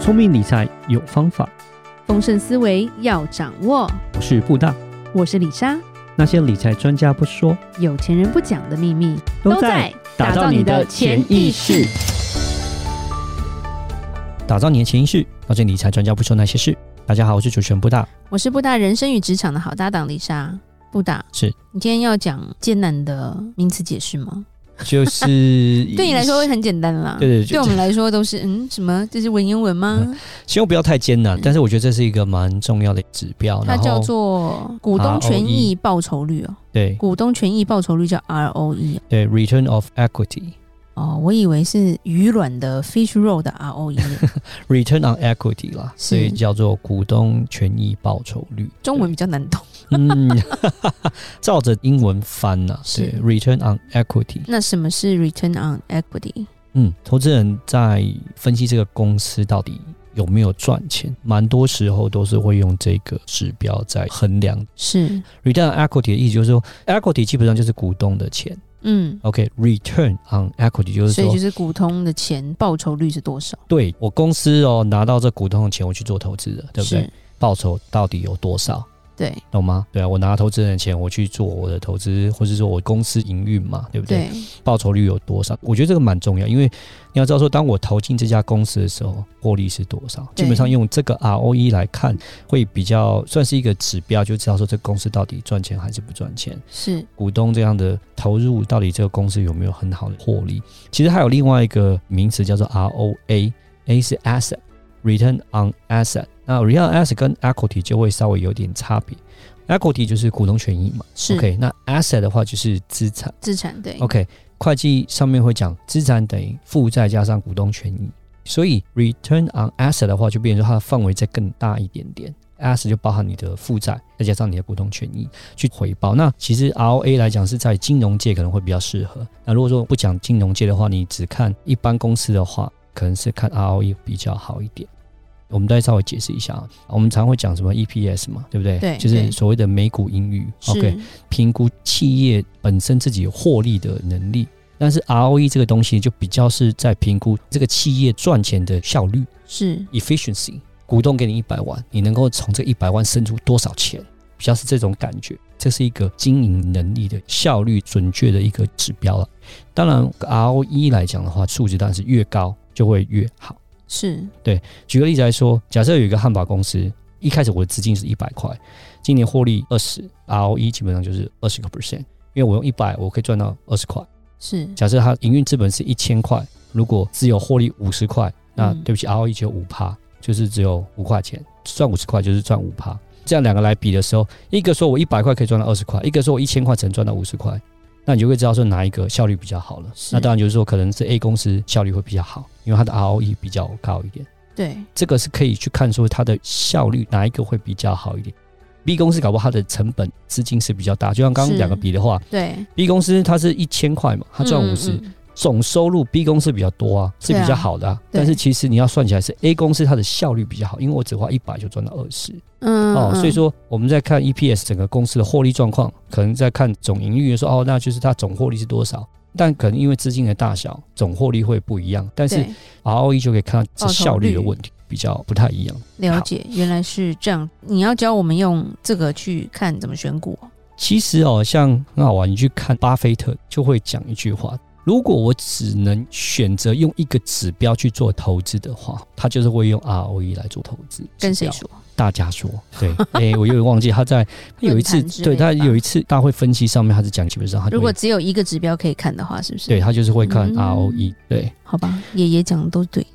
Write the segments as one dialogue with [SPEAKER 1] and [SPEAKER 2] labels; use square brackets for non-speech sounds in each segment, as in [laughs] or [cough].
[SPEAKER 1] 聪明理财有方法，
[SPEAKER 2] 丰盛思维要掌握。
[SPEAKER 1] 我是布大。
[SPEAKER 2] 我是李莎，
[SPEAKER 1] 那些理财专家不说，
[SPEAKER 2] 有钱人不讲的秘密
[SPEAKER 1] 打造你的潜意识。，打造你的潜意识，了解理财专家不说那些事。大家好，我是主持人布大。
[SPEAKER 2] 我是布大人生与职场的好搭档李莎。布大，
[SPEAKER 1] 是
[SPEAKER 2] 你今天要讲艰难的名词解释吗？
[SPEAKER 1] 就是 [laughs] 对
[SPEAKER 2] 对你来说会很简单啦，
[SPEAKER 1] 对对对嗯
[SPEAKER 2] 对我们来说都是嗯什么？这是文言文吗？
[SPEAKER 1] 希望不要太艰难，但是我觉得这是一个蛮重要的指标。
[SPEAKER 2] 它
[SPEAKER 1] 然后 E
[SPEAKER 2] 叫做股东权益报酬率哦，
[SPEAKER 1] 对
[SPEAKER 2] 股东权益报酬率叫 ROE 哦
[SPEAKER 1] 对 return of equity，return
[SPEAKER 2] 哦，我以为是鱼卵的 fish roll 的 E
[SPEAKER 1] [laughs]
[SPEAKER 2] ROE，
[SPEAKER 1] on equity 啦，
[SPEAKER 2] 是
[SPEAKER 1] 所以叫做股东权益报酬率。
[SPEAKER 2] 中文比较难懂。
[SPEAKER 1] 嗯， [laughs]
[SPEAKER 2] [laughs]
[SPEAKER 1] 照着英文翻呐、
[SPEAKER 2] 是
[SPEAKER 1] 对 return on equity。
[SPEAKER 2] 那什么是 return on equity？
[SPEAKER 1] 嗯，投资人在分析这个公司到底有没有赚钱，蛮多时候都是会用这个指标在衡量。
[SPEAKER 2] 是
[SPEAKER 1] return on equity 的意思就是说，equity 基本上就是股东的钱。
[SPEAKER 2] 嗯，
[SPEAKER 1] OK，return、on equity 就是
[SPEAKER 2] 所
[SPEAKER 1] 说，
[SPEAKER 2] 以就是股东的钱报酬率是多少？
[SPEAKER 1] 对我公司哦拿到这股东的钱，我去做投资的，对不对？
[SPEAKER 2] 是？
[SPEAKER 1] 报酬到底有多少？
[SPEAKER 2] 对
[SPEAKER 1] 懂吗？对啊，我拿投资人的钱，我去做我的投资，或是说我公司营运嘛，对不对？
[SPEAKER 2] 对，
[SPEAKER 1] 报酬率有多少？我觉得这个蛮重要，因为你要知道说，当我投进这家公司的时候，获利是多少？
[SPEAKER 2] 对
[SPEAKER 1] 基本上用这个 ROE 来看，会比较算是一个指标，就知道说这公司到底赚钱还是不赚钱，
[SPEAKER 2] 是
[SPEAKER 1] 股东这样的投入到底这个公司有没有很好的获利？其实还有另外一个名词叫做 ROA，A 是 asset return on asset，那 return on asset 跟 equity 就会稍微有点差别。Equity 就是股东权益嘛
[SPEAKER 2] 是
[SPEAKER 1] ，OK，那 asset 的话就是资产。
[SPEAKER 2] 资产对
[SPEAKER 1] OK，会计上面会讲资产等于负债加上股东权益，所以 return on asset 的话，就变成说它的范围再更大一点点。asset 就包含你的负债，再加上你的股东权益去回报。那其实 ROA 来讲是在金融界可能会比较适合。那如果说不讲金融界的话，你只看一般公司的话，可能是看 ROE 比较好一点。我们再稍微解释一下啊，我们常会讲什么 EPS 嘛，对不对？
[SPEAKER 2] 对
[SPEAKER 1] 就是
[SPEAKER 2] 对
[SPEAKER 1] 所谓的每股盈余。
[SPEAKER 2] 是
[SPEAKER 1] OK，评估企业本身自己获利的能力。但是 ROE 这个东西就比较是在评估这个企业赚钱的效率
[SPEAKER 2] 是
[SPEAKER 1] （efficiency）。股东给你一百万，你能够从这一百万生出多少钱，比较是这种感觉。这是一个经营能力的效率准确的一个指标了。当然，ROE 来讲的话，数值当然是越高就会越好。
[SPEAKER 2] 是
[SPEAKER 1] 举个例子来说，假设有一个汉堡公司，一开始我的资金是一百块，今年获利二十，ROE 基本上就是二十个 percent，因为我用一百，我可以赚到二十块。
[SPEAKER 2] 是
[SPEAKER 1] 假设它营运资本是一千块，如果只有获利五十块，那
[SPEAKER 2] 嗯
[SPEAKER 1] 对不起，ROE 只有五趴，就是只有五块钱，赚五十块就是赚五趴。这样两个来比的时候，一个说我一百块可以赚到二十块，一个说我一千块只能赚到五十块，那你就会知道说哪一个效率比较好了。
[SPEAKER 2] 是
[SPEAKER 1] 那当然就是说，可能是 A 公司效率会比较好，因为它的 ROE 比较高一点。
[SPEAKER 2] 对
[SPEAKER 1] 这个是可以去看说它的效率哪一个会比较好一点。B 公司搞不好它的成本资金是比较大，就像刚刚
[SPEAKER 2] 是
[SPEAKER 1] 两个比的话
[SPEAKER 2] 对，
[SPEAKER 1] ，B 公司它是一千块嘛，它赚
[SPEAKER 2] 嗯
[SPEAKER 1] 五十、
[SPEAKER 2] 嗯
[SPEAKER 1] 总收入 B 公司比较多啊，是
[SPEAKER 2] 对啊
[SPEAKER 1] 比较好的、啊。
[SPEAKER 2] 对
[SPEAKER 1] 但是其实你要算起来是 A 公司它的效率比较好，因为我只花一百就赚到二十、
[SPEAKER 2] 嗯
[SPEAKER 1] 哦，
[SPEAKER 2] 嗯
[SPEAKER 1] 所以说我们在看 EPS 整个公司的获利状况，可能在看总盈利的时候，哦，那就是它总获利是多少。但可能因为资金的大小，总获利会不一样，但是
[SPEAKER 2] 对
[SPEAKER 1] ROE 就可以看到这
[SPEAKER 2] 报酬
[SPEAKER 1] 效率的
[SPEAKER 2] 率
[SPEAKER 1] 问题比较不太一样。
[SPEAKER 2] 了解原来是这样，你要教我们用这个去看怎么选股哦，
[SPEAKER 1] 其实哦，像很好玩，你去看巴菲特就会讲一句话：如果我只能选择用一个指标去做投资的话，他就是会用 ROE 来做投资。
[SPEAKER 2] 跟谁
[SPEAKER 1] 指标？
[SPEAKER 2] 说？
[SPEAKER 1] 大家
[SPEAKER 2] [laughs]
[SPEAKER 1] 说，对，哎、我有点忘记他在他有一次
[SPEAKER 2] 论坛之，类
[SPEAKER 1] 对
[SPEAKER 2] 的吧
[SPEAKER 1] 他有一次大会分析上面，他是讲基本上他就
[SPEAKER 2] 如
[SPEAKER 1] 会
[SPEAKER 2] 果只有一个指标可以看的话，是不是？
[SPEAKER 1] 对，他就是会看
[SPEAKER 2] 嗯
[SPEAKER 1] ROE，、对。
[SPEAKER 2] 好吧，爷爷讲的都对，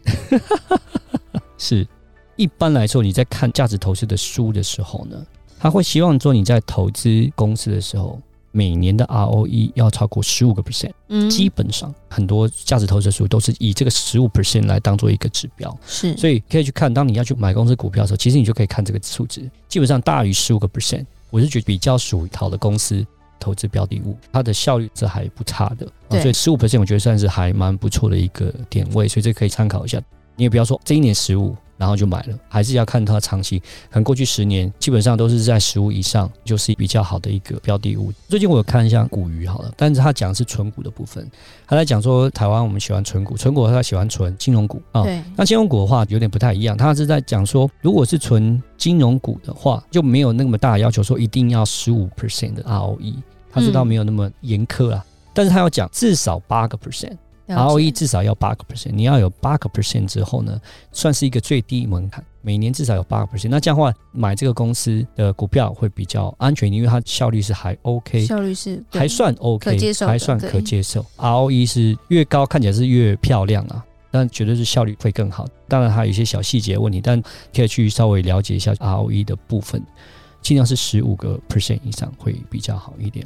[SPEAKER 1] 是，一般来说，你在看价值投资的书的时候呢，他会希望说你在投资公司的时候，每年的 ROE 要超过十五个 percent。
[SPEAKER 2] 嗯，
[SPEAKER 1] 基本上很多价值投资的书都是以这个十五 percent 来当做一个指标，
[SPEAKER 2] 是
[SPEAKER 1] 所以可以去看，当你要去买公司股票的时候，其实你就可以看这个数值，基本上大于十五个 percent，我是觉得比较属于好的公司。投资标的物，它的效率是还不差的，啊
[SPEAKER 2] 对
[SPEAKER 1] 所以十五 percent 我觉得算是还蛮不错的一个点位，所以这可以参考一下。你也不要说这一年十五，然后就买了，还是要看它长期。可能过去十年基本上都是在十五以上，就是比较好的一个标的物。最近我有看一下股鱼好了，但是他讲的是纯股的部分，他在讲说台湾我们喜欢纯股，纯股他喜欢纯金融股啊。
[SPEAKER 2] 对，
[SPEAKER 1] 那金融股的话有点不太一样，它是在讲说，如果是纯金融股的话，就没有那么大的要求，说一定要十五 percent 的 ROE，它知道
[SPEAKER 2] 嗯
[SPEAKER 1] 没有那么严苛啦。但是它要讲至少八个 percent，ROE
[SPEAKER 2] 了解
[SPEAKER 1] E 至少要八个 percent，你要有八个 percent 之后呢，算是一个最低门槛，每年至少有八个 percent。那这样的话，买这个公司的股票会比较安全，因为它效率是还 OK，
[SPEAKER 2] 效率是对
[SPEAKER 1] 还算 OK，
[SPEAKER 2] 可接受的
[SPEAKER 1] 还算
[SPEAKER 2] 对
[SPEAKER 1] 可接受。ROE 是越高看起来是越漂亮啊，但绝对是效率会更好。当然还有一些小细节问题，但可以去稍微了解一下 ROE 的部分，尽量是十五个 percent 以上会比较好一点。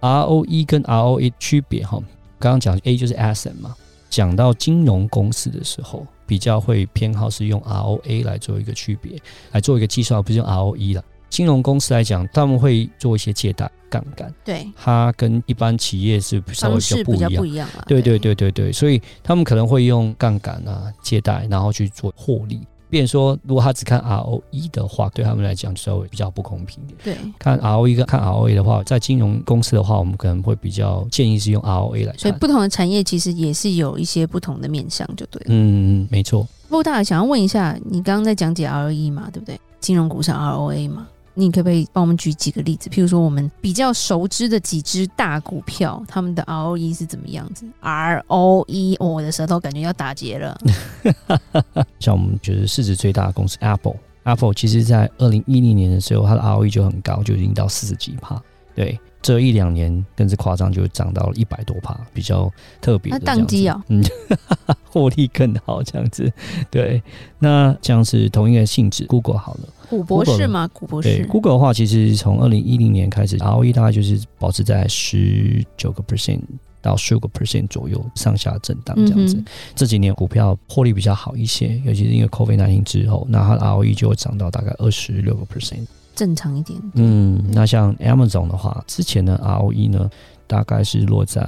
[SPEAKER 1] ROE 跟 ROA 区别哈，刚刚讲 A 就是 asset 嘛，讲到金融公司的时候，比较会偏好是用 ROA 来做一个区别，来做一个计算，而不是用 ROE 啦。金融公司来讲，他们会做一些借贷杠杆，
[SPEAKER 2] 对
[SPEAKER 1] 它跟一般企业是稍微比
[SPEAKER 2] 方
[SPEAKER 1] 较
[SPEAKER 2] 式
[SPEAKER 1] 不
[SPEAKER 2] 比
[SPEAKER 1] 一
[SPEAKER 2] 较不
[SPEAKER 1] 样。
[SPEAKER 2] 一样了。
[SPEAKER 1] 对对对对对，所以他们可能会用杠杆啊、借贷，然后去做获利。变成说，如果他只看 ROE 的话，对他们来讲稍微比较不公平一点。
[SPEAKER 2] 对，
[SPEAKER 1] 看 ROE 跟看 ROA 的话，在金融公司的话，我们可能会比较建议是用 ROA 来
[SPEAKER 2] 所以
[SPEAKER 1] 看。
[SPEAKER 2] 不同的产业其实也是有一些不同的面向，就对了。
[SPEAKER 1] 嗯，没错。
[SPEAKER 2] 不过大家想要问一下，你刚刚在讲解 ROE 嘛，对不对？金融股是 ROA 嘛？你可不可以帮我们举几个例子？譬如说，我们比较熟知的几只大股票，他们的 ROE 是怎么样子？ROE，、哦、我的舌头感觉要打结了。
[SPEAKER 1] 像我们就是市值最大的公司 Apple。Apple 其实在二零一零年的时候，它的 ROE 就很高，就已经到四十几帕。对，这一两年更是夸张，就涨到了一百多帕，比较特别的
[SPEAKER 2] 那
[SPEAKER 1] 这样
[SPEAKER 2] 宕机
[SPEAKER 1] 子
[SPEAKER 2] 哦
[SPEAKER 1] 嗯， [laughs] 获利更好这样子。对，那这样是同一个性质，Google 好了。
[SPEAKER 2] 古博士吗？古博
[SPEAKER 1] 对
[SPEAKER 2] 士，
[SPEAKER 1] ，Google 的话，其实从二零一零年开始，ROE 大概就是保持在十九个 percent 到十五个 percent 左右上下震荡这样子。
[SPEAKER 2] 嗯哼
[SPEAKER 1] 这几年股票获利比较好一些，尤其是因为 COVID 1 9之后，那它的 ROE 就涨到大概二十六个 percent。
[SPEAKER 2] 正常一点。
[SPEAKER 1] 嗯，那像 Amazon 的话，之前的 ROE 呢，大概是落在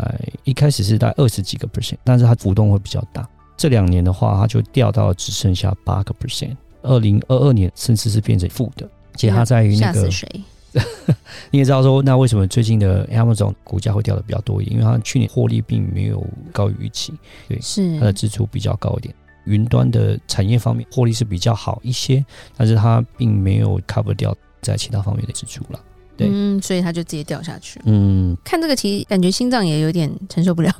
[SPEAKER 1] 一开始是在二十几个 percent，但是它浮动会比较大。这两年的话，它就掉到只剩下八个 percent，二零二二年甚至是变成负的。且它在于那
[SPEAKER 2] 吓
[SPEAKER 1] 个
[SPEAKER 2] 死，谁？
[SPEAKER 1] 你也知道说，那为什么最近的 Amazon 股价会掉的比较多一点？因为它去年获利并没有高于预期，
[SPEAKER 2] 是
[SPEAKER 1] 它的支出比较高一点。云端的产业方面获利是比较好一些，但是它并没有 cover 掉在其他方面的支出了。对
[SPEAKER 2] 嗯，所以他就直接掉下去。
[SPEAKER 1] 嗯，
[SPEAKER 2] 看这个，其实感觉心脏也有点承受不 [laughs] 了。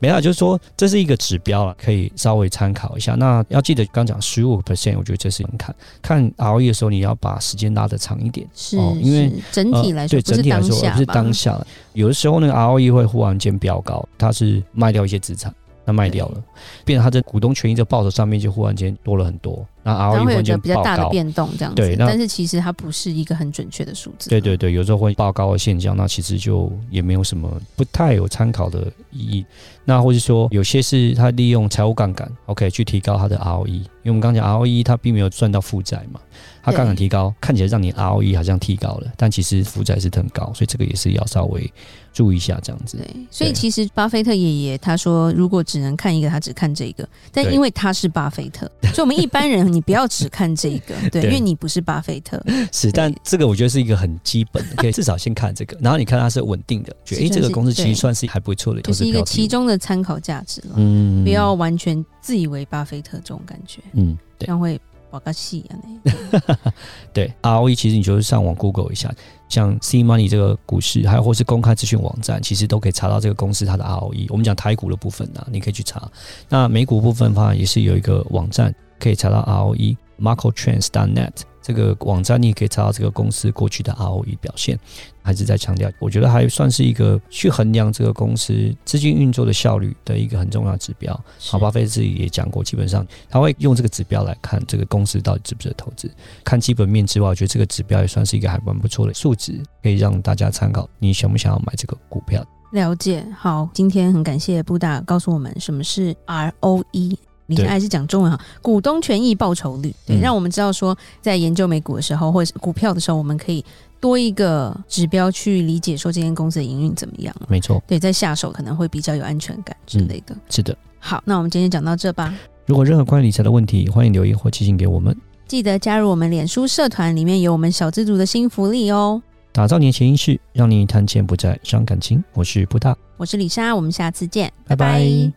[SPEAKER 1] 没啦，就是说这是一个指标了，可以稍微参考一下。那要记得刚讲十五 percent，我觉得这是门槛。看 ROE 的时候，你要把时间拉得长一点。
[SPEAKER 2] 是，
[SPEAKER 1] 哦因为
[SPEAKER 2] 是整体来说、
[SPEAKER 1] 呃、对整
[SPEAKER 2] 不是
[SPEAKER 1] 体来
[SPEAKER 2] 当
[SPEAKER 1] 说
[SPEAKER 2] 下
[SPEAKER 1] 不是
[SPEAKER 2] 吧
[SPEAKER 1] 当下了。有的时候那个 ROE E 会忽然间飙高，它是卖掉一些资产，那卖掉了，变成它的股东权益的报酬上面就忽然间多了很多，那
[SPEAKER 2] 然
[SPEAKER 1] ROE
[SPEAKER 2] 后
[SPEAKER 1] 忽
[SPEAKER 2] 会
[SPEAKER 1] 然
[SPEAKER 2] 有一个
[SPEAKER 1] 间
[SPEAKER 2] 比较
[SPEAKER 1] 爆
[SPEAKER 2] 大的
[SPEAKER 1] 高。
[SPEAKER 2] 变动这样子
[SPEAKER 1] 对，那
[SPEAKER 2] 但是其实它不是一个很准确的数字。啊
[SPEAKER 1] 对对对，有时候会爆高的现象，那其实就也没有什么不太有参考的意义。那或是说，有些是它利用财务杠杆，OK 去提高它的 ROE，因为我们刚讲 ROE 它并没有赚到负债嘛，它
[SPEAKER 2] 对
[SPEAKER 1] 杠杆提高，看起来让你 ROE 好像提高了，但其实负债是很高，所以这个也是要稍微注意一下这样子。
[SPEAKER 2] 对，所以
[SPEAKER 1] 对
[SPEAKER 2] 其实巴菲特爷爷他说，如果只能看一个，他只看这个。但
[SPEAKER 1] 对
[SPEAKER 2] 因为他是巴菲特，所以我们一般人 [laughs] 你不要只看这个，
[SPEAKER 1] 对
[SPEAKER 2] 对，因为你不是巴菲
[SPEAKER 1] [laughs]
[SPEAKER 2] 特，
[SPEAKER 1] 是，但这个我觉得是一个很基本的，可以至少先看这个，然后你看它是稳定的，觉得
[SPEAKER 2] 是
[SPEAKER 1] 诶这个
[SPEAKER 2] 是
[SPEAKER 1] 公司其
[SPEAKER 2] 对
[SPEAKER 1] 实算是还不错的投
[SPEAKER 2] 就是
[SPEAKER 1] 资
[SPEAKER 2] 一
[SPEAKER 1] 标
[SPEAKER 2] 个
[SPEAKER 1] 的，
[SPEAKER 2] 其中的参考价值了，
[SPEAKER 1] 嗯
[SPEAKER 2] 不要完全自以为巴菲特这种感觉，
[SPEAKER 1] 嗯
[SPEAKER 2] 这
[SPEAKER 1] 对。
[SPEAKER 2] 样会把个戏啊那。
[SPEAKER 1] 对 ROE，其实你就是上网 Google 一下，像 C Money 这个股市，还有或是公开资讯网站，其实都可以查到这个公司它的 ROE。我们讲台股的部分啊，你可以去查。那美股部分的话，也是有一个网站可以查到 ROE Marco Trends net 这个网站，你也可以查到这个公司过去的 ROE 表现。还是在强调，我觉得还算是一个去衡量这个公司资金运作的效率的一个很重要的指标。 [laughs] 好，巴菲特自己也讲过，基本上他会用这个指标来看这个公司到底值不值得投资。看基本面之外，我觉得这个指标也算是一个还蛮不错的数值，可以让大家参考。你想不想要买这个股票？
[SPEAKER 2] 了解，好，今天很感谢布大告诉我们什么是 ROE。你现
[SPEAKER 1] 对
[SPEAKER 2] 在是讲中文哈，股东权益报酬率，对，
[SPEAKER 1] 嗯
[SPEAKER 2] 让我们知道说，在研究美股的时候，或者是股票的时候，我们可以多一个指标去理解说这间公司的营运怎么样，
[SPEAKER 1] 没错，
[SPEAKER 2] 对，在下手可能会比较有安全感之类的。
[SPEAKER 1] 是的。
[SPEAKER 2] 好，那我们今天讲到这吧。
[SPEAKER 1] 如果任何关于理财的问题，欢迎留言或寄信给我们。
[SPEAKER 2] 记得加入我们脸书社团，里面有我们小资族的新福利哦。
[SPEAKER 1] 打造你的潜意识，让你谈钱不再伤感情。我是布大，
[SPEAKER 2] 我是李莎，我们下次见，
[SPEAKER 1] 拜拜